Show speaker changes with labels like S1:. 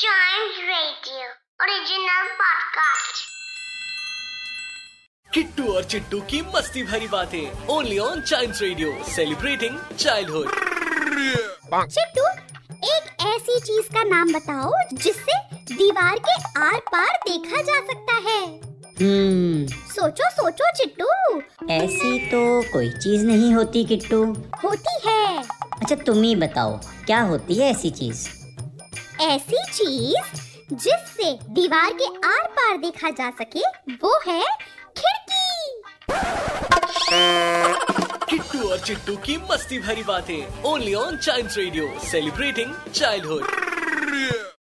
S1: Giant Radio, original podcast.
S2: Kittu और चिट्टू की मस्ती भरी बातें only on child radio celebrating childhood
S3: Chittu अच्छा, तो एक ऐसी चीज का नाम बताओ जिससे दीवार के आर पार देखा जा सकता है
S4: हम्म,
S3: सोचो सोचो चिट्टू
S4: ऐसी तो कोई चीज नहीं होती किट्टू
S3: होती है
S4: अच्छा तुम ही बताओ क्या होती है ऐसी चीज
S3: ऐसी चीज जिससे दीवार के आर पार देखा जा सके वो है खिड़की
S2: किट्टू और चिट्टू की मस्ती भरी बातें only on child radio celebrating childhood